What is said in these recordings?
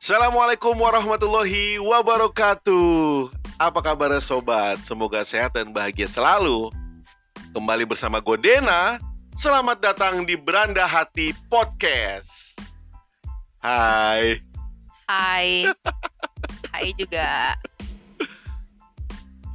Assalamualaikum warahmatullahi wabarakatuh. Apa kabar sobat? Semoga sehat dan bahagia selalu. Kembali bersama Godena. Selamat datang di Beranda Hati Podcast. Hai. Hai. Hai juga.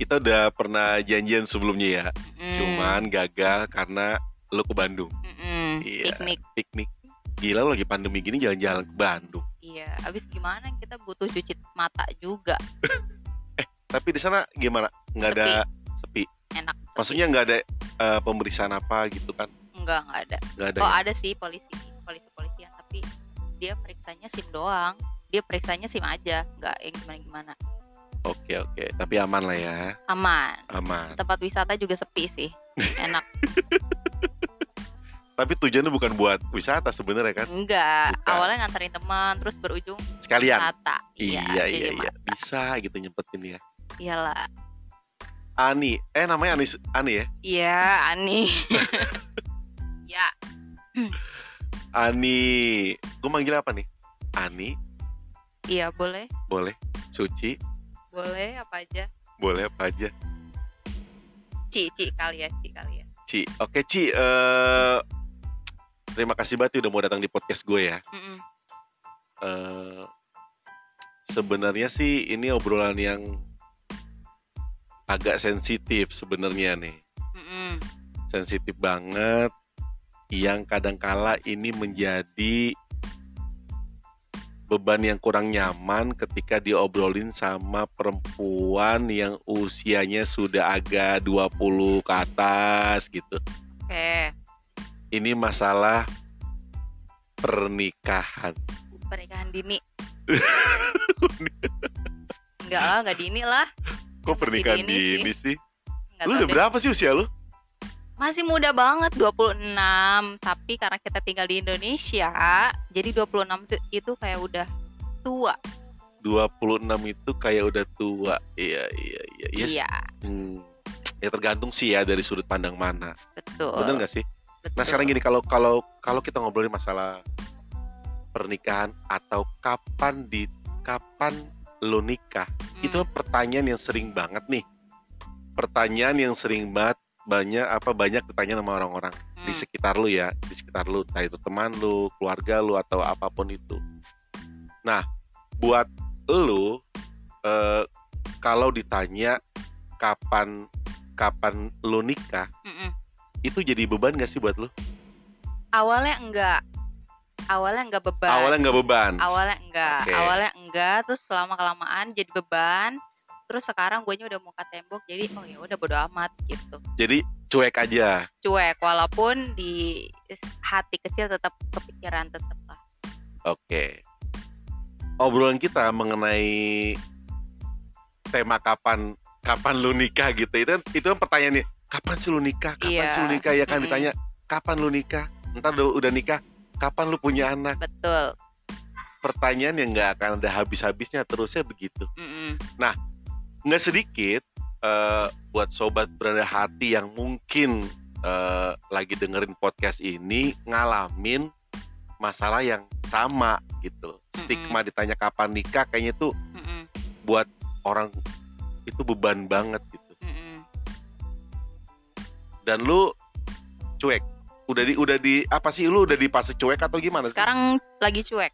Kita udah pernah janjian sebelumnya ya. Mm, Cuman gagal karena lo ke Bandung. mm-mm, Iya. piknik. Piknik. Gila lo lagi pandemi gini jalan-jalan ke Bandung. Iya, abis gimana kita butuh cuci mata juga. Tapi di sana gimana? Nggak ada sepi. Enak. sepi. Maksudnya nggak ada eh, pemeriksaan apa gitu kan? enggak enggak ada. Nggak ada. Oh, ya? ada sih polisi polisi-polisian tapi dia periksanya SIM doang. Dia periksanya SIM aja, enggak yang gimana-gimana. Oke oke. Tapi aman lah ya. Aman. Aman. Tempat wisata juga sepi sih. Enak Tapi tujuannya bukan buat wisata sebenarnya kan? enggak? Bukan. Awalnya nganterin teman, terus berujung Sekalian. wisata. Iya iya cuci iya. mata. Bisa gitu nyempetin ya. Iyalah. Ani. Eh namanya Ani Ani ya. Iya, Ani. ya, Ani. Gue manggil apa nih? Ani. iya boleh. Boleh. Suci. Boleh apa aja? Boleh apa aja. Ci, Ci kali ya, Ci kali ya. Ci. Oke Ci. eh, terima kasih banget ya udah mau datang di podcast gue ya. Mm-mm. eh sebenarnya sih ini obrolan yang agak sensitif sebenarnya nih Mm-mm. sensitif banget yang kadangkala ini menjadi beban yang kurang nyaman ketika diobrolin sama perempuan yang usianya sudah agak 20 ke atas gitu. Oke, Ini masalah pernikahan. pernikahan dini. Enggak lah, enggak dini lah. Kok Masih pernikahan dini sih. dini sih? Enggak Lu tahu udah deh. berapa sih usia lu? Masih muda banget, 26. Tapi karena kita tinggal di Indonesia, jadi 26 itu, itu kayak udah tua. 26 itu kayak udah tua. Iya, iya, iya. Iya. Iya, Hmm. Ya tergantung sih ya dari sudut pandang mana. betul. Bener gak sih? betul. Nah, sekarang gini kalau kalau kalau kita ngobrolin masalah pernikahan atau kapan di kapan lo nikah, Hmm, itu pertanyaan yang sering banget nih. Pertanyaan yang sering banget banyak apa banyak ditanya sama orang-orang di hmm. sekitar lu ya, di sekitar lu, entah itu teman lu, keluarga lu atau apapun itu. Nah, buat lu eh, kalau ditanya kapan kapan lu nikah, Mm-mm. itu jadi beban gak sih buat lu? Awalnya enggak. Awalnya enggak beban. Awalnya nggak beban. awalnya enggak Oke. awalnya enggak terus selama kelamaan jadi beban terus sekarang gue udah muka tembok jadi oh ya udah bodo amat gitu Jadi cuek aja. cuek walaupun di hati kecil tetap kepikiran tetap lah Oke. Obrolan kita mengenai tema kapan kapan lu nikah gitu. Itu kan- itu kan pertanyaannya, kapan sih lu nikah? Kapan Iya. sih lu nikah? Ya kan Mm-mm. ditanya, kapan lu nikah? Entar udah, udah nikah, kapan lu punya anak? betul Pertanyaan yang nggak akan ada habis-habisnya terusnya begitu. Mm-mm. Nggak sedikit eh, buat sobat berada hati yang mungkin eh, lagi dengerin podcast ini ngalamin masalah yang sama gitu. Stigma ditanya kapan nikah kayaknya tuh Mm-mm. buat orang itu beban banget gitu. Mm-mm. Dan lu cuek. Udah di udah di apa sih lu udah di fase cuek atau Oh, gimana sih? sekarang lagi cuek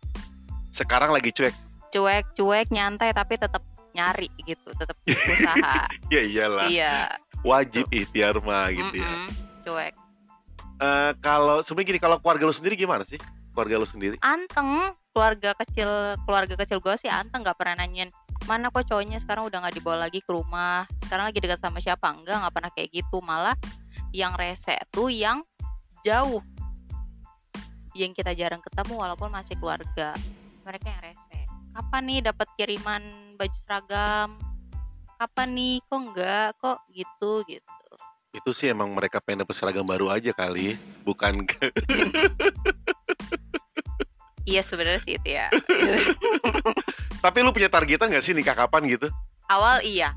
Sekarang lagi cuek. cuek cuek nyantai tapi tetap nyari gitu tetap usaha Ya iyalah. iya Wajib ikhtiar mah gitu ya. Mm-mm. cuek Eh, kalau sebenarnya gini kalau keluarga lu sendiri gimana sih? Keluarga lu sendiri? anteng keluarga kecil keluarga kecil gue sih anteng nggak pernah nanyain mana kok cowoknya sekarang udah nggak dibawa lagi ke rumah sekarang lagi dekat sama siapa enggak nggak pernah kayak gitu malah yang rese tuh yang jauh yang kita jarang ketemu walaupun masih keluarga mereka yang rese kapan nih dapat kiriman baju seragam kapan nih kok enggak kok gitu gitu Itu sih emang mereka pengen dapet seragam baru aja kali, bukan ke- iya sebenarnya sih itu ya Tapi lu punya targetan gak sih nikah kapan gitu? awal iya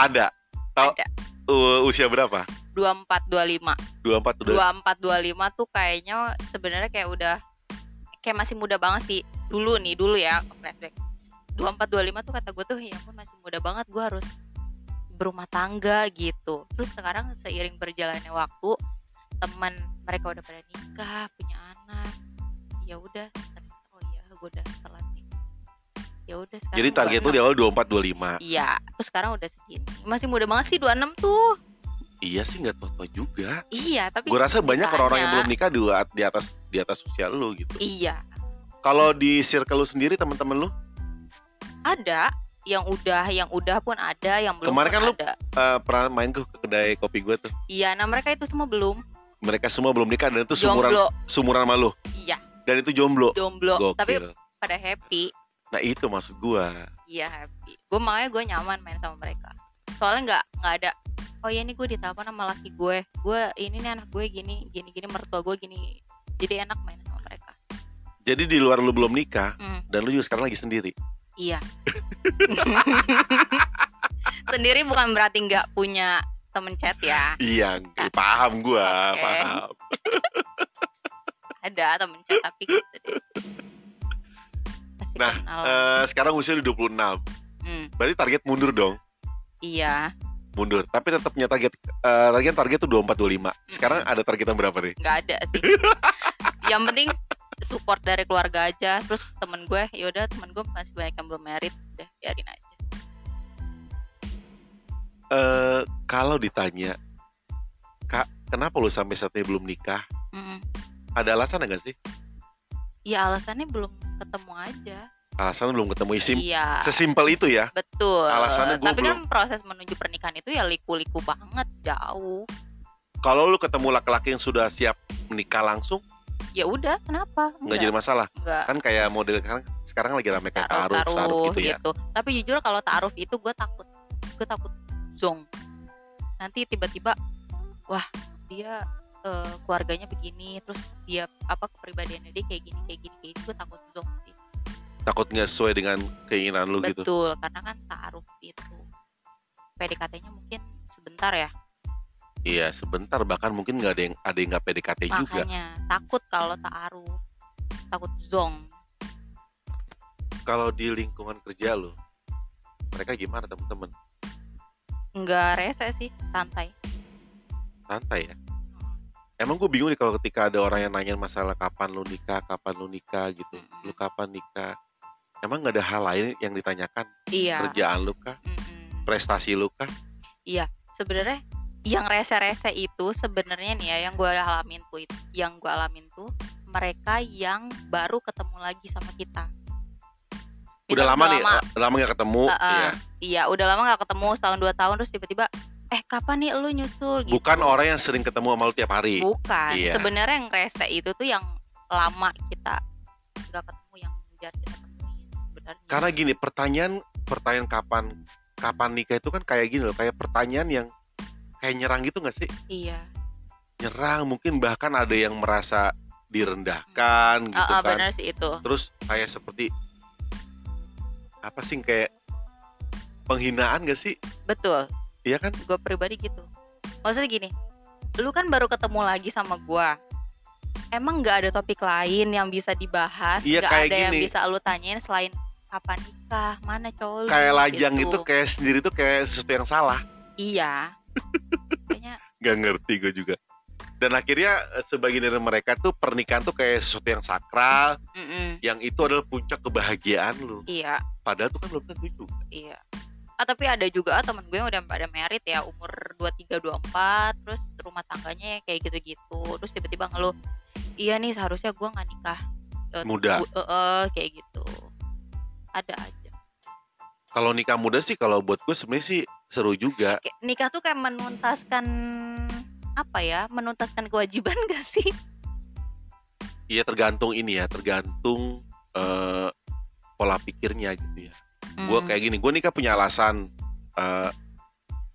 Ada. Tau- Ada. u- usia berapa? 24 25 24 udah. dua empat dua lima tuh kayaknya sebenarnya kayak udah kayak masih muda banget sih dulu nih dulu ya flashback 24 25 tuh kata gue tuh ya pun masih muda banget gue harus berumah tangga gitu terus sekarang seiring berjalannya waktu teman mereka udah pada nikah punya anak ya udah ternyata, oh iya gue udah telat nih ya udah sekarang Jadi target tuh di 26. awal 24 25. iya terus sekarang udah segini masih muda banget sih 26 tuh Iya sih nggak tua-tua juga. iya tapi Gue rasa banyak orang-orang yang belum Makanya. nikah di, di atas di atas usia lu gitu. iya Kalau di circle lu sendiri teman-teman lu ada yang udah yang udah pun ada yang belum Kemarin pun kan lu- ada eh, pernah main ke kedai kopi gue tuh. iya nah mereka itu semua belum Mereka semua belum nikah dan itu sumuran jomblo sumuran sama lu. iya Dan itu jomblo. jomblo Gokil. tapi pada happy Nah itu maksud gua. iya happy gue makanya gue nyaman main sama mereka soalnya nggak nggak ada oh ya ini gue ditelepon sama laki gue gue ini nih anak gue gini gini gini mertua gue gini jadi enak main sama mereka Jadi di luar lu belum nikah Hmm. dan lu juga sekarang lagi sendiri. iya sendiri bukan berarti nggak punya temen chat ya Iya, gue paham gua, Oke. paham. ada temen chat tapi gitu deh Pasti Nah, kenal. Eh, sekarang usia lu 26. Hmm, Berarti target mundur dong, iya mundur. Tapi tetap punya target eh, target target tuh 24 25. Sekarang ada targetan berapa nih? nggak ada sih yang penting support dari keluarga aja terus temen gue yaudah temen gue masih banyak yang belum merit udah biarin aja Eh, kalau ditanya, "Kak, kenapa lu sampai saat ini belum nikah?" Mm. Ada alasan enggak sih? ya alasannya belum ketemu aja Alasan belum ketemu isim. iya Sesimpel itu ya. betul alasannya gue tapi kan proses menuju pernikahan itu ya liku-liku banget jauh Kalau lu ketemu laki-laki yang sudah siap menikah langsung, ya udah kenapa nggak jadi masalah. nggak Kan kayak model sekarang sekarang lagi rame kayak taruh iya. taruh, taruh, taruh gitu ya. tapi jujur kalau taruh itu gue takut gue takut zong nanti tiba-tiba wah dia eh, keluarganya begini terus dia apa kepribadiannya dia kayak gini kayak gini kayak gini gue takut zong sih Takut nggak sesuai dengan keinginan lu gitu. betul karena kan taruh itu PDKT-nya mungkin sebentar ya Iya, sebentar bahkan mungkin nggak ada yang ada yang nggak PDKT Iya juga. makanya takut kalau taruh takut zong Kalau di lingkungan kerja lu, mereka gimana temen-temen? nggak rese sih santai santai ya emang gue bingung nih kalau ketika ada orang yang nanyain masalah kapan lu nikah kapan lu nikah gitu Mm-mm. lu kapan nikah emang nggak ada hal lain yang ditanyakan iya kerjaan lu kah mm-mm. prestasi lu kah sebenarnya yang rese-rese itu sebenarnya nih ya yang gue alamin tuh itu- yang gue alamin tuh mereka yang baru ketemu lagi sama kita udah Misal lama nih eh, lama nggak ketemu Eh, eh, ya. iya udah lama nggak ketemu setahun dua tahun terus tiba-tiba eh kapan nih lu nyusul gitu bukan orang yang sering ketemu sama lu tiap hari bukan Iya. sebenarnya yang rese itu tuh yang lama kita nggak ketemu yang jarang kita temuin sebenarnya karena gini pertanyaan pertanyaan kapan kapan nikah itu kan kayak gini loh kayak pertanyaan yang kayak nyerang gitu nggak sih iya nyerang mungkin bahkan ada yang merasa direndahkan gitu Eh, kan eh, benar sih itu terus kayak seperti apa sih kayak penghinaan gak sih betul iya kan gue pribadi gitu maksudnya gini lu kan baru ketemu lagi sama gua emang nggak ada topik lain yang bisa dibahas Iya, nggak kayak ada yang gini. bisa lu tanyain selain kapan nikah mana cowok lu kayak lajang gitu. kayak sendiri tuh kayak sesuatu yang salah iya kayaknya gak ngerti gue juga dan akhirnya eh, sebagian dari mereka tuh pernikahan tuh kayak sesuatu yang sakral mm-mm, yang itu adalah puncak kebahagiaan lu iya padahal tuh kan belum tentu juga iya ah tapi ada juga ah, temen gue yang udah pada merit ya umur 23 24 terus rumah tangganya yang kayak gitu-gitu terus tiba-tiba ngeluh iya nih seharusnya gua nggak nikah Eh, Muda. bu- eh, eh, kayak gitu ada aja kalau nikah muda sih kalau buat gue sebenarnya sih seru juga kayak nikah tuh kayak menuntaskan apa ya menuntaskan kewajiban gak sih iya tergantung ini ya tergantung eh, pola pikirnya gitu ya gue Hmm. kayak gini gue nikah punya alasan eh,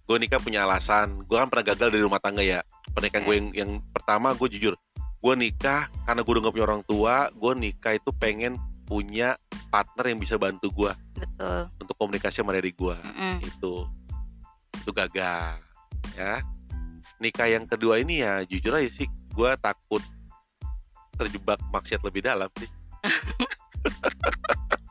gue nikah kan punya alasan gue kan pernah gagal dari rumah tangga ya pernikahan gue yang, yang pertama gue jujur gue nikah karena gue udah gak punya orang tua gue nikah itu pengen punya partner yang bisa bantu gue betul untuk komunikasi sama dari gue Mm-mm. itu itu gagal ya nikah yang kedua ini ya jujur aja sih gue takut terjebak maksiat lebih dalam sih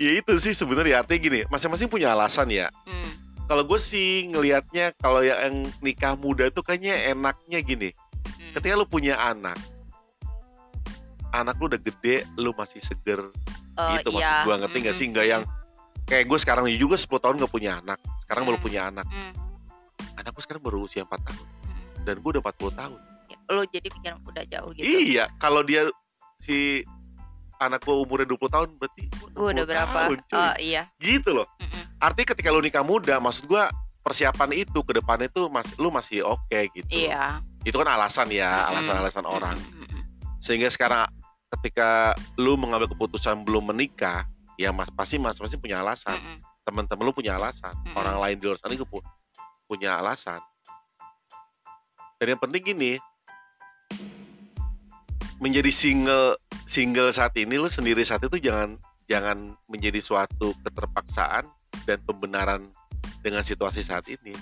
ya itu sih sebenarnya artinya gini masing-masing punya alasan ya Hmm. kalau gue sih ngelihatnya kalau yang nikah muda tuh kayaknya enaknya gini Hmm. ketika lu punya anak anak lu udah gede lu masih seger Oh, gitu maksud iya. gue ngerti nggak sih Mm-mm. nggak yang kayak gue sekarang ini juga 10 tahun nggak punya anak sekarang baru Mm. punya anak Mm. anakku sekarang baru usia 4 tahun dan gue udah 40 tahun Lo jadi pikiran udah jauh gitu. iya kalau dia si anak gue umurnya 20 tahun berarti Gue udah 60 berapa? tahun, cuy. oh iya. gitu loh Mm-mm. artinya ketika lu nikah muda maksud gue persiapan itu ke depannya itu masih lu masih oke gitu Iya. itu kan alasan ya Mm-mm. alasan-alasan orang Mm-mm. sehingga sekarang ketika lu mengambil keputusan belum menikah ya mas pasti mas pasti punya alasan Mm-mm. teman-teman lu punya alasan Mm-mm. orang lain di luar sana juga pu- punya alasan dan yang penting gini menjadi single single saat ini lu sendiri saat itu jangan jangan menjadi suatu keterpaksaan dan pembenaran dengan situasi saat ini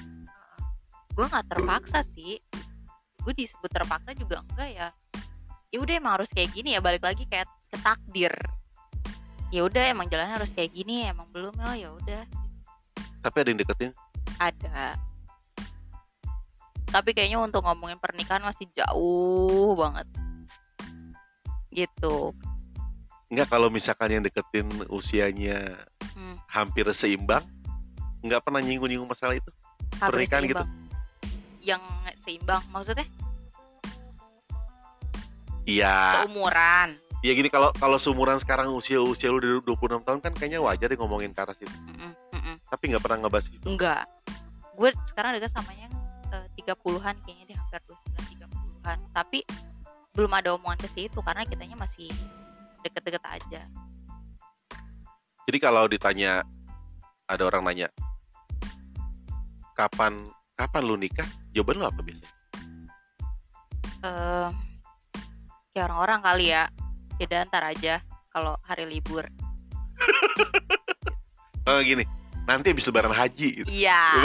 gue nggak terpaksa sih gue disebut terpaksa juga enggak ya ya udah emang harus kayak gini ya balik lagi kayak ke takdir ya udah emang jalannya harus kayak gini emang belum oh ya udah tapi ada yang deketin ada tapi kayaknya untuk ngomongin pernikahan masih jauh banget gitu nggak kalau misalkan yang deketin usianya Hmm, hampir seimbang nggak pernah nyinggung-nyinggung masalah itu hampir Pernikahan gitu. seimbang. yang seimbang maksudnya iya seumuran iya gini kalau kalau seumuran sekarang usia usia lu udah 26 tahun kan kayaknya wajar deh ngomongin ke arah situ Mm-mm, mm-mm. tapi nggak pernah ngebahas itu Enggak. Gue sekarang dekat sama yang tiga 30-an kayaknya dia hampir 29 30-an. Tapi belum ada omongan ke situ karena kitanya masih deket-deket aja. jadi kalau ditanya ada orang nanya kapan kapan lu nikah jawaban lu apa biasanya eh kayak orang-orang kali ya. Yaudah ntar aja kalau hari libur. Eh, gini nanti habis lebaran haji gitu. Iya.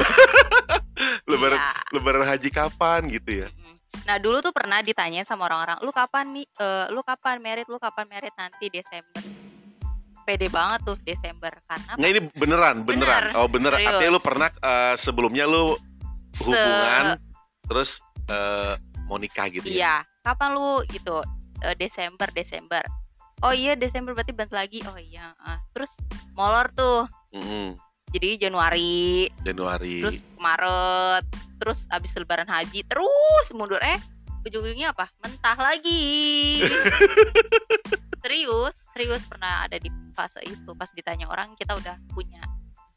lebaran iya. lebaran haji kapan gitu ya Mm-mm. Nah dulu tuh pernah ditanya sama orang-orang, lu kapan nih, eh, lu kapan merit, lu kapan merit nanti Desember. Pede banget tuh Desember karena nggak Nah, ini beneran beneran Bener, oh beneran serius. artinya lu pernah eh, sebelumnya lu se- hubungan terus eh, mau nikah gitu ya Iya, kapan lu gitu? E, Desember, Desember. Oh iya, Desember berarti bentar lagi. Oh iya, ah. terus molor tuh. Mm-mm, Jadi Januari, Januari terus Maret, terus abis Lebaran Haji, terus mundur eh ujung-ujungnya apa? Mentah lagi. serius, serius pernah ada di fase itu. Pas ditanya orang, kita udah punya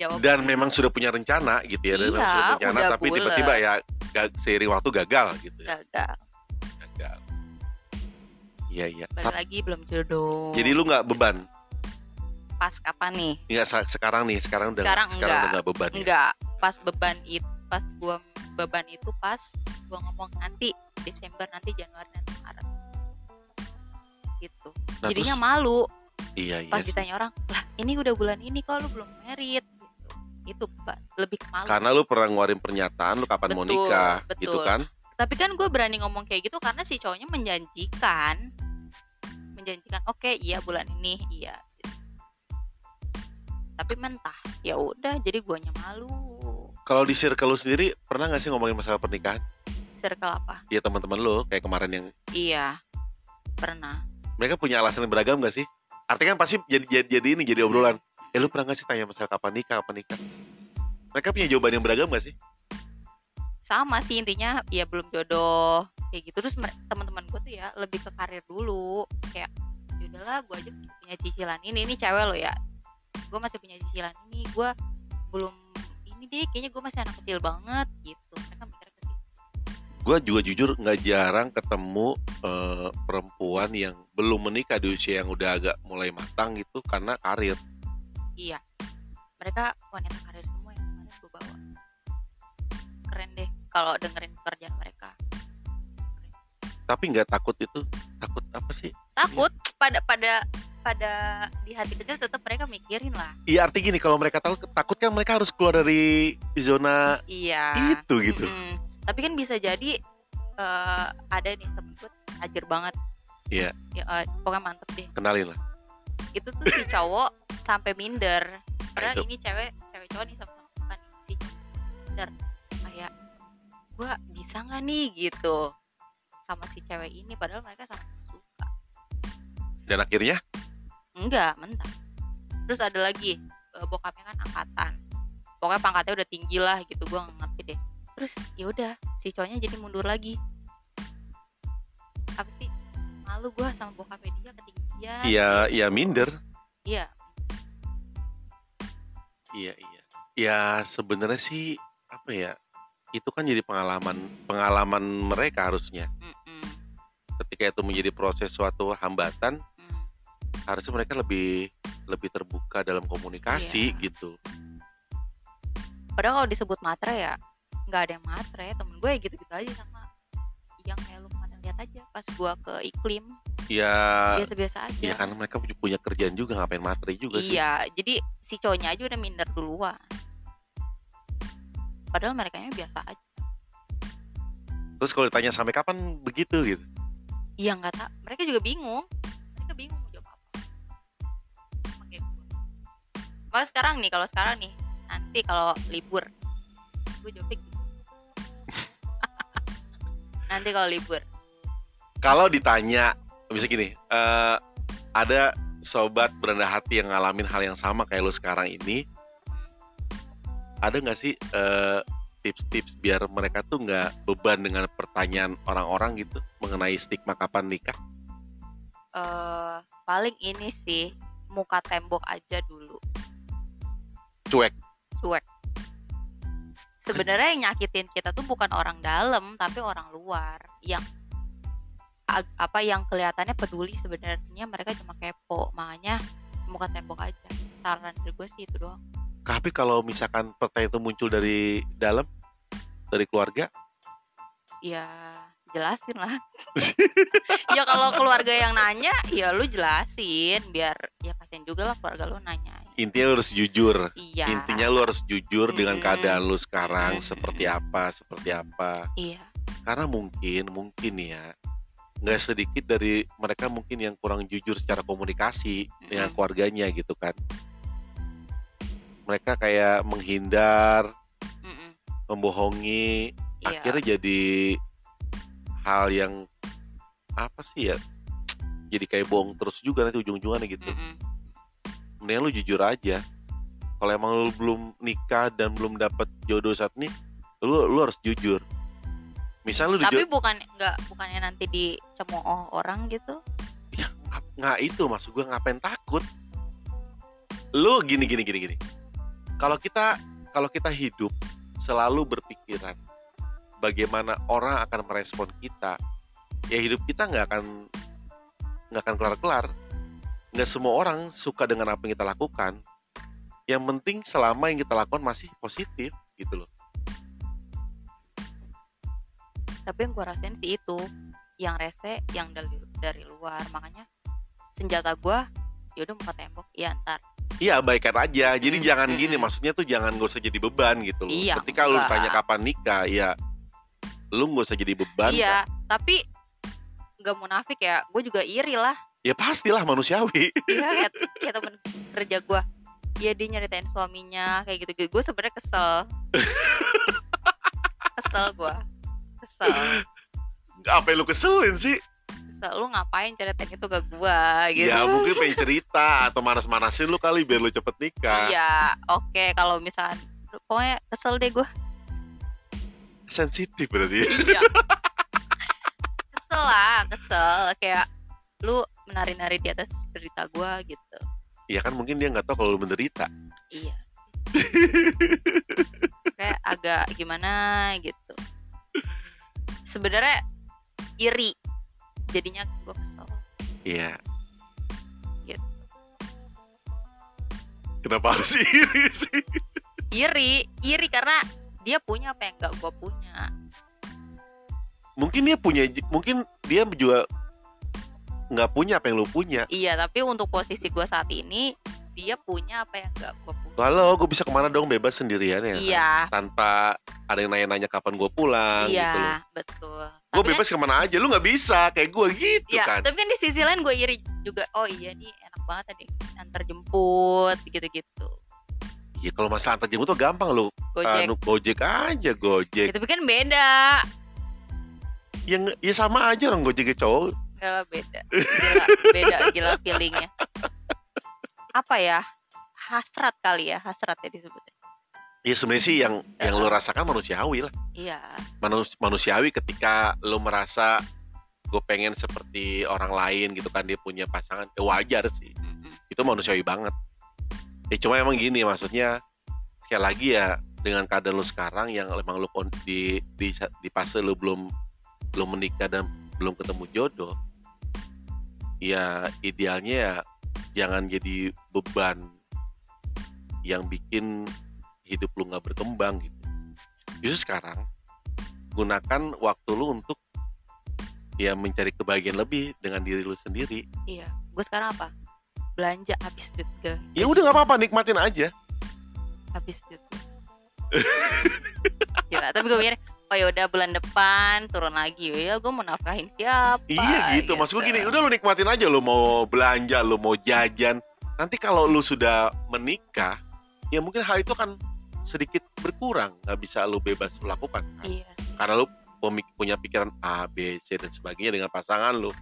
jawaban. dan memang sudah punya rencana gitu ya dan Iya, memang sudah punya rencana udah tapi bulet. tiba-tiba ya ga- seiring waktu gagal gitu ya gagal. gagal iya iya Balik Tapi lagi belum jodoh. jadi lu Iya. nggak beban pas kapan nih? nggak sa- sekarang nih sekarang udah Sekarang udah enggak. nggak beban ya Enggak, pas beban itu pas gua beban itu pas gua ngomong nanti Desember nanti Januari nanti Maret gitu. nah, Jadinya terus, malu iya iya pas sih. ditanya orang, "Lah, ini udah bulan ini kok lu belum merit?" gitu. Itu Pak, lebih ke malu. karena lu pernah ngeluarin pernyataan lu kapan mau Betul, nikah gitu betul. kan Tapi kan gue berani ngomong kayak gitu karena si cowoknya menjanjikan menjanjikan, "Oke, iya bulan ini, iya." gitu. Tapi mentah. Ya udah, jadi guanya malu. kalau di circle lu sendiri pernah nggak sih ngomongin masalah pernikahan Circle apa? ya teman-teman lu kayak kemarin yang Iya. Pernah. mereka punya alasan yang beragam gak sih artinya kan pasti jadi jadi, jadi ini jadi obrolan Hmm. eh lu pernah nggak sih tanya masalah kapan nikah kapan nikah mereka punya jawaban yang beragam gak sih sama sih intinya ya belum jodoh kayak gitu terus mer- teman-teman gue tuh ya lebih ke karir dulu kayak "Ya udahlah gue aja masih punya cicilan ini ini cewek lo ya gue masih punya cicilan ini gue belum ini deh kayaknya gue masih anak kecil banget gitu mereka mikir ke situ gue juga jujur nggak jarang ketemu eh, perempuan yang belum menikah di usia yang udah agak mulai matang gitu karena karir iya mereka wanita karir semua yang kemarin gue bawa keren deh kalau dengerin pekerjaan mereka tapi nggak takut itu takut apa sih takut pada pada pada di hati kecil tetap mereka mikirin lah iya arti gini kalau mereka takut takut kan mereka harus keluar dari zona iya itu gitu Mm-mm. Tapi kan bisa jadi eh, ada nih temen gue tajir banget. Iya. Ya, eh, pokoknya mantep deh. kenalin lah itu tuh si cowok sampai minder padahal Nah, itu. ini cewek cewek cowok nih sama-sama suka nih si cowok minder kayak gua bisa nggak nih gitu sama si cewek ini padahal mereka sama suka Dan akhirnya enggak mentah terus ada lagi eh, bokapnya kan angkatan pokoknya pangkatnya udah tinggi lah gitu gua nggak ngerti deh terus ya udah si cowoknya jadi mundur lagi apa sih malu gua sama bokapnya dia ketinggian iya iya minder. iya Iya iya. Ya sebenarnya sih apa ya? Itu kan jadi pengalaman pengalaman mereka harusnya. Mm-mm. Ketika itu menjadi proses suatu hambatan, Mm. harusnya mereka lebih lebih terbuka dalam komunikasi Iya. gitu. Padahal kalau disebut matre ya nggak ada yang matre temen gue ya gitu-gitu aja sama yang kayak lu kemarin lihat aja pas gue ke iklim Ya biasa-biasa aja. ya karena mereka punya- punya kerjaan juga ngapain materi juga sih. Iya, jadi si cowoknya aja udah minder duluan. Padahal mereka biasa aja. Terus kalau ditanya sampai kapan begitu gitu. Iya nggak tak, mereka juga bingung. Mereka bingung mau jawab apa. Sama kayak gue. Makanya sekarang nih, kalau sekarang nih, nanti kalau libur, gue jawabnya gitu. nanti kalau libur, Kalau ditanya bisa gini, eh, ada sobat berendah hati yang ngalamin hal yang sama kayak lu sekarang ini. Ada nggak sih eh, tips-tips biar mereka tuh nggak beban dengan pertanyaan orang-orang gitu mengenai stigma kapan nikah? eh paling ini sih muka tembok aja dulu. Cuek. Cuek. Sebenarnya yang nyakitin kita tuh bukan orang dalam tapi orang luar yang ag- apa yang kelihatannya peduli sebenarnya mereka cuma kepo makanya muka tembok aja saran dari gue sih itu doang Tapi kalau misalkan pertanyaan itu muncul dari dalam, dari keluarga, ya jelasin lah ya kalau keluarga yang nanya ya lu jelasin biar ya kasian juga lah keluarga lu nanya intinya lu harus jujur. iya Intinya lu harus jujur dengan Mm. keadaan lu sekarang Mm. seperti apa, seperti apa. iya karena mungkin mungkin ya nggak sedikit dari mereka mungkin yang kurang jujur secara komunikasi dengan Mm. keluarganya gitu kan mereka kayak menghindar Mm-mm. membohongi Iya. akhirnya jadi hal yang apa sih ya jadi kayak bohong terus juga nanti ujung-ujungannya gitu Mm-mm. mendingan lu jujur aja kalau emang lu belum nikah dan belum dapat jodoh saat ini lu lu harus jujur misal lu dijo- tapi bukan nggak bukannya nanti dicemooh orang gitu ya ngap- nggak itu maksud gue ngapain takut lu gini gini gini gini kalau kita kalau kita hidup selalu berpikiran bagaimana orang akan merespon kita ya hidup kita nggak akan nggak akan kelar kelar nggak semua orang suka dengan apa yang kita lakukan yang penting selama yang kita lakukan masih positif gitu loh tapi yang gue rasain sih itu yang rese yang dari dari luar makanya senjata gue ya udah muka tembok ya ntar Iya abaikan aja Jadi Mm, jangan gini mm. Maksudnya tuh jangan gak usah jadi beban gitu loh Iya, Ketika lu enggak. ditanya kapan nikah Ya lu gak usah jadi beban iya tapi nggak munafik ya gue juga iri lah Ya pastilah manusiawi iya kayak, kayak temen kerja gue Iya dia nyeritain suaminya kayak gitu gitu gue sebenarnya kesel kesel gue kesel Apa yang lu keselin sih kesel lu ngapain ceritain itu ke gue gitu Ya mungkin pengen cerita Atau manas-manasin lu kali Biar lu cepet nikah Iya, oke kalau misalkan pokoknya kesel deh gue. Sensitif berarti Iya. kesel lah, kesel kayak lu menari-nari di atas derita gue gitu. Ya kan mungkin dia gak tahu kalau lu menderita Iya. kayak agak gimana gitu. Sebenarnya iri jadinya gue kesel. Iya Gitu. Kenapa harus iri sih Iri, iri karena dia punya apa yang gak gue punya. Mungkin dia punya Mungkin dia juga nggak punya apa yang lu punya Iya, tapi untuk posisi gue saat ini dia punya apa yang gak gue punya. Kalau gue bisa kemana dong bebas sendirian ya kan? Iya, tanpa ada yang nanya-nanya kapan gue pulang Iya, gitu loh. betul. Gue Tapi bebas kemana aja, lu nggak bisa kayak gue gitu kan, ya, kan. tapi kan di sisi lain gue iri juga oh iya nih enak banget tadi antar jemput gitu-gitu Ya kalau masalah antar jemput tuh gampang lu. gojek Gitu. Anu, gojek aja gojek. itu bikin beda Yang ya sama aja orang gojeknya cowok. Enggak lah, beda gila beda gila feelingnya apa ya hasrat kali ya hasrat ya disebutnya Ya sebenarnya sih yang yang lu rasakan manusiawi lah. iya Manus, manusiawi ketika lu merasa gue pengen seperti orang lain gitu kan dia punya pasangan ya wajar sih Mm-mm. itu manusiawi banget ya cuma emang gini maksudnya sekali lagi ya dengan keadaan lu sekarang yang emang lu kon- di, di di fase lu belum belum menikah dan belum ketemu jodoh ya idealnya ya jangan jadi beban yang bikin hidup lu nggak berkembang gitu justru sekarang gunakan waktu lu untuk ya mencari kebahagiaan lebih dengan diri lu sendiri iya gue sekarang apa belanja habis duit ke ya udah nggak apa-apa nikmatin aja habis duit gue. gila tapi gue mikir oh ya udah bulan depan turun lagi ya gue mau nafkahin siapa Iya gitu. Maksud gue gini, kan. udah lu nikmatin aja lu mau belanja, lu mau jajan. Nanti kalau lu sudah menikah, ya mungkin hal itu akan sedikit berkurang, nggak bisa lu bebas melakukan kan. iya Karena lu pemik- punya pikiran A, B, C dan sebagainya dengan pasangan lu.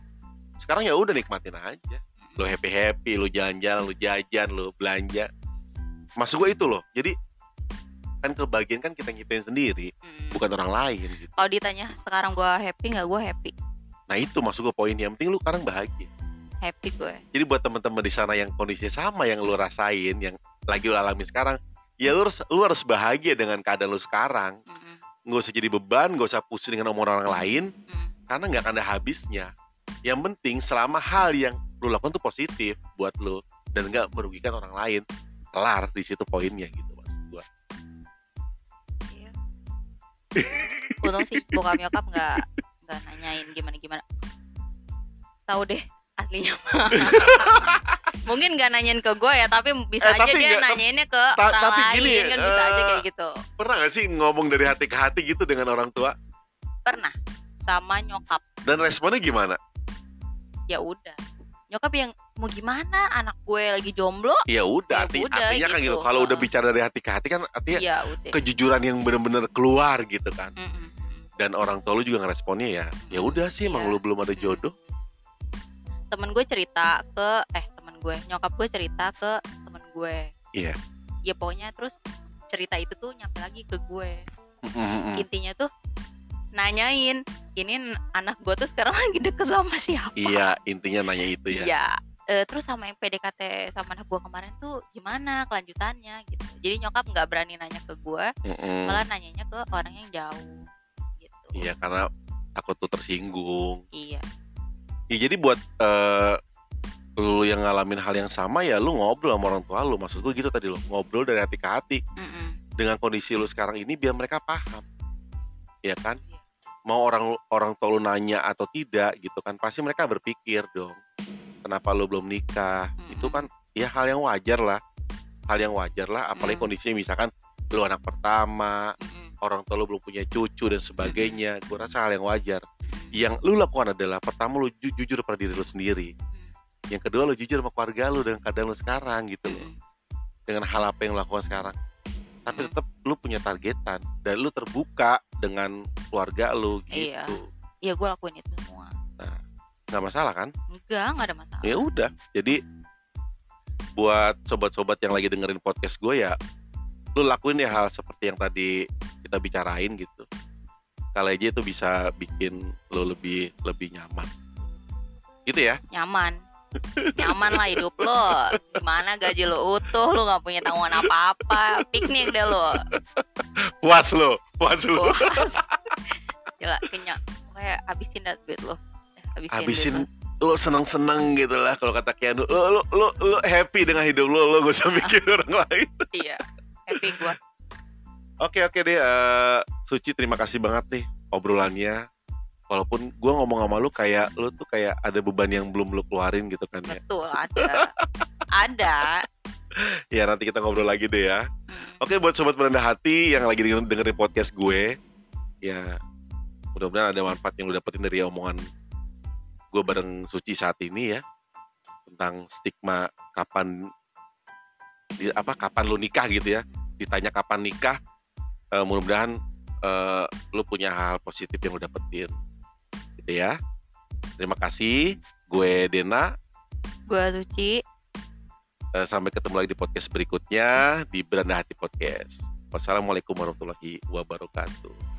Sekarang ya udah nikmatin aja. Lu happy-happy, lu jalan-jalan, lu jajan, lu belanja. Maksud gue itu loh. Jadi kan kebahagiaan kan kita nyiptain sendiri, Mm. bukan orang lain gitu. kalau ditanya sekarang gue happy nggak gue happy Nah itu maksud gue poinnya. Yang penting lu sekarang bahagia. happy gue Jadi buat teman-teman di sana yang kondisinya sama yang lu rasain, yang lagi lu alami sekarang, ya lu harus, lu harus bahagia dengan keadaan lu sekarang. Mm-mm. Nggak usah jadi beban, nggak usah pusing dengan omongan orang lain, Mm. karena nggak akan ada habisnya. Yang penting selama hal yang lu lakukan tuh positif buat lu dan nggak merugikan orang lain, kelar di situ poinnya gitu maksud gua. Iya. Untung sih bokap nyokap nggak nggak nanyain gimana gimana. Tahu deh aslinya. Mungkin nggak nanyain ke gue ya, tapi bisa Eh, aja tapi dia nggak- nanyainnya ke ta- orang tapi lain gini, kan bisa aja eh, kayak gitu. Pernah nggak sih ngomong dari hati ke hati gitu dengan orang tua? Pernah sama nyokap Dan responnya gimana? ya udah. Nyokap yang mau gimana anak gue lagi jomblo? Ya Ya udah, arti- udah, artinya kan gitu. gitu. Kalau udah bicara dari hati ke hati kan artinya Iya udah. kejujuran yang benar-benar keluar gitu kan. Mm-mm. dan orang tua lu juga ngeresponnya ya ya udah sih emang Iya. lu belum ada jodoh Temen gue cerita ke eh temen gue nyokap gue cerita ke temen gue. Iya. Ya pokoknya terus cerita itu tuh nyampe lagi ke gue. Hmm. intinya tuh nanyain ini n- anak gue tuh sekarang lagi deket sama siapa iya intinya nanya itu ya Iya. Eh, terus sama yang PDKT sama anak gue kemarin tuh gimana kelanjutannya gitu jadi nyokap nggak berani nanya ke gue Mm-mm. malah nanyanya ke orang yang jauh gitu Hmm. iya karena takut tuh tersinggung iya ya jadi buat eh, lu yang ngalamin hal yang sama ya lu ngobrol sama orang tua lu maksud gua gitu tadi lo ngobrol dari hati ke hati Mm-mm. dengan kondisi lu sekarang ini biar mereka paham ya kan Iya. mau orang orang tua lu nanya atau tidak gitu kan pasti mereka berpikir dong kenapa lu belum nikah Mm. itu kan ya hal yang wajar lah hal yang wajar lah apalagi Mm. kondisinya misalkan lu anak pertama Mm-mm. orang tua lu belum punya cucu dan sebagainya gue rasa hal yang wajar Mm-mm. yang lu lakukan adalah pertama lu ju- jujur pada diri lu sendiri yang kedua lu jujur sama keluarga lu dengan keadaan lu sekarang gitu loh Mm-mm. dengan hal apa yang lo lakukan sekarang tapi Mm. tetap lu punya targetan dan lu terbuka dengan keluarga lu gitu Iya. iya gue lakuin itu semua nggak masalah kan enggak nggak ada masalah ya udah jadi buat sobat-sobat yang lagi dengerin podcast gue ya lu lakuin ya hal seperti yang tadi kita bicarain gitu kali aja itu bisa bikin lu lebih lebih nyaman gitu ya nyaman nyaman lah hidup lo gimana gaji lo utuh lo nggak punya tanggungan apa apa piknik deh lo puas lo puas lo puas gila kenyang kayak abisin dat duit lo abisin, habisin duit lu seneng-seneng gitu lah kalau kata Keanu lu, lu, lu, lu happy dengan hidup lu lu gak usah mikir orang lain lo. iya happy gua Oke oke deh, eh, Suci terima kasih banget nih obrolannya. Walaupun gue ngomong sama lu kayak lu tuh kayak ada beban yang belum lu keluarin gitu kan ya. betul ada ada Ya nanti kita ngobrol lagi deh ya. Hmm, Oke buat sobat berendah hati yang lagi denger- dengerin podcast gue, ya mudah-mudahan ada manfaat yang lu dapetin dari omongan gue bareng Suci saat ini ya. tentang stigma kapan di, apa kapan lu nikah gitu ya ditanya kapan nikah eh, mudah-mudahan eh, lu punya hal positif yang lu dapetin gitu ya terima kasih gue Dena Gue Suci. Eh, sampai ketemu lagi di podcast berikutnya di Beranda Hati Podcast wassalamualaikum warahmatullahi wabarakatuh